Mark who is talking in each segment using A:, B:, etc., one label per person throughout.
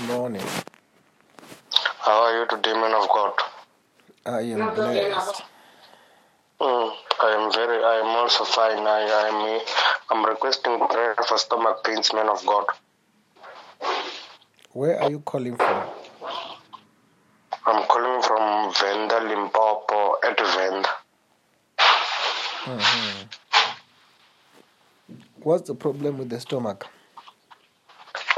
A: morning.
B: How are you today, man of God?
A: I am blessed.
B: Mm, I am very. I am also fine. I I am. I'm requesting prayer for stomach pains, man of God.
A: Where are you calling from?
B: I'm calling from Venda, Limpopo, at Venda.
A: What's the problem with the stomach?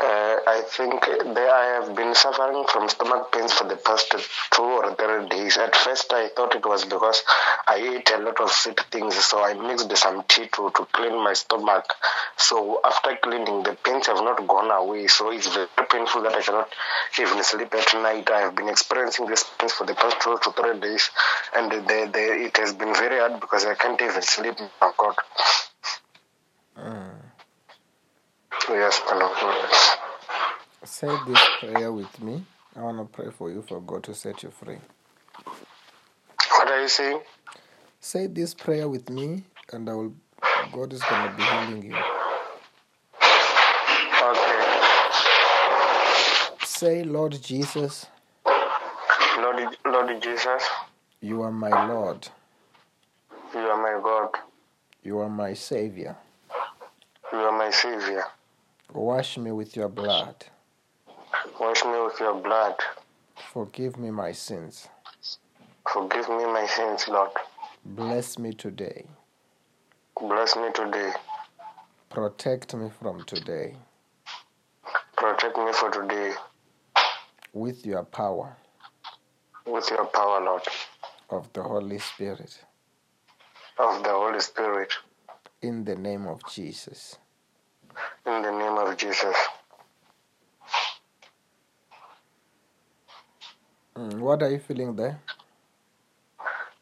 B: Uh, I think there I have been suffering from stomach pains for the past two or three days. At first, I thought it was because I ate a lot of sweet things, so I mixed some tea to, to clean my stomach. So after cleaning, the pains have not gone away. So it's very painful that I cannot even sleep at night. I have been experiencing these pains for the past two to three days, and the, the, it has been very hard because I can't even sleep. Oh God. Yes, man of God.
A: Say this prayer with me. I want to pray for you for God to set you free.
B: What are you saying?
A: Say this prayer with me, and I will. God is going to be healing you.
B: Okay.
A: Say, Lord Jesus,
B: Lord, Lord Jesus,
A: you are my Lord.
B: you are my God.
A: You are my Savior.
B: You are my Savior.
A: Wash me with your blood.
B: Wash me with your blood.
A: Forgive me my sins.
B: Forgive me my sins, Lord.
A: Bless me today.
B: Bless me today.
A: Protect me from today
B: Protect me for today
A: with your power
B: with your power, Lord,
A: of the Holy Spirit.
B: of the Holy Spirit.
A: In the name of Jesus.
B: In the name of Jesus.
A: Mm, What are you feeling there?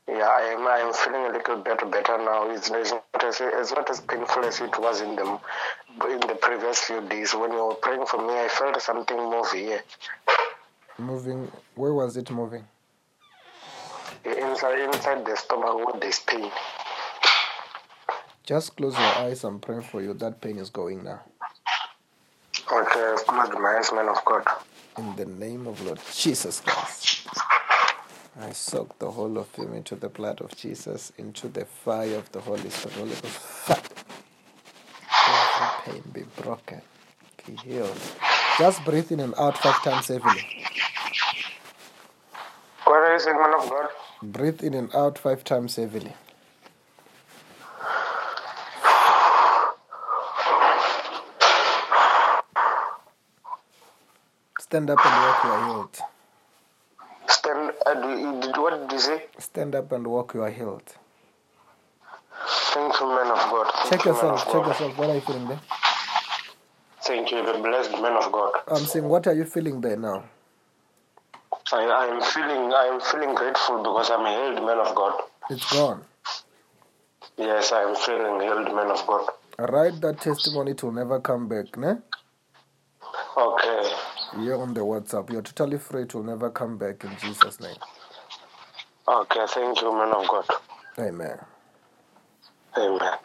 B: Yeah, I am. I am feeling a little bit better now. It's, it's not as it's not as painful as it was in the in the previous few days. When you were praying for me, I felt something move here
A: Moving. Where was it moving?
B: inside inside the stomach with this pain.
A: Just close your eyes. I'm praying for you. That pain is going now.
B: Okay, must my eyes, man of God.
A: In the name of Lord Jesus Christ. I soak the whole of him into the blood of Jesus, into the fire of the Holy Spirit. Holy Ghost, fire. Every pain be broken, be healed. Just breathe in and out five times heavily.
B: What are you saying, man of God?
A: Breathe in and out five times heavily. Stand up and walk, you are healed.
B: Stand. Uh, do, you- did, what did you say?
A: Stand up and walk, you are healed.
B: Thank you, man of God. Thank
A: Check
B: you, man
A: yourself,
B: of
A: check
B: God.
A: yourself. What are you feeling there?
B: Thank you, the blessed man of God.
A: I'm saying, what are you feeling there now?
B: I, I am feeling. I am feeling grateful because I'm a healed man of God.
A: It's gone.
B: Yes, I am feeling healed man of God.
A: Write that testimony, it will never come back. Ne?
B: Okay.
A: You're on the WhatsApp. You're totally free, it will never come back in Jesus' name.
B: Okay, thank you, man of God.
A: Amen.
B: Amen.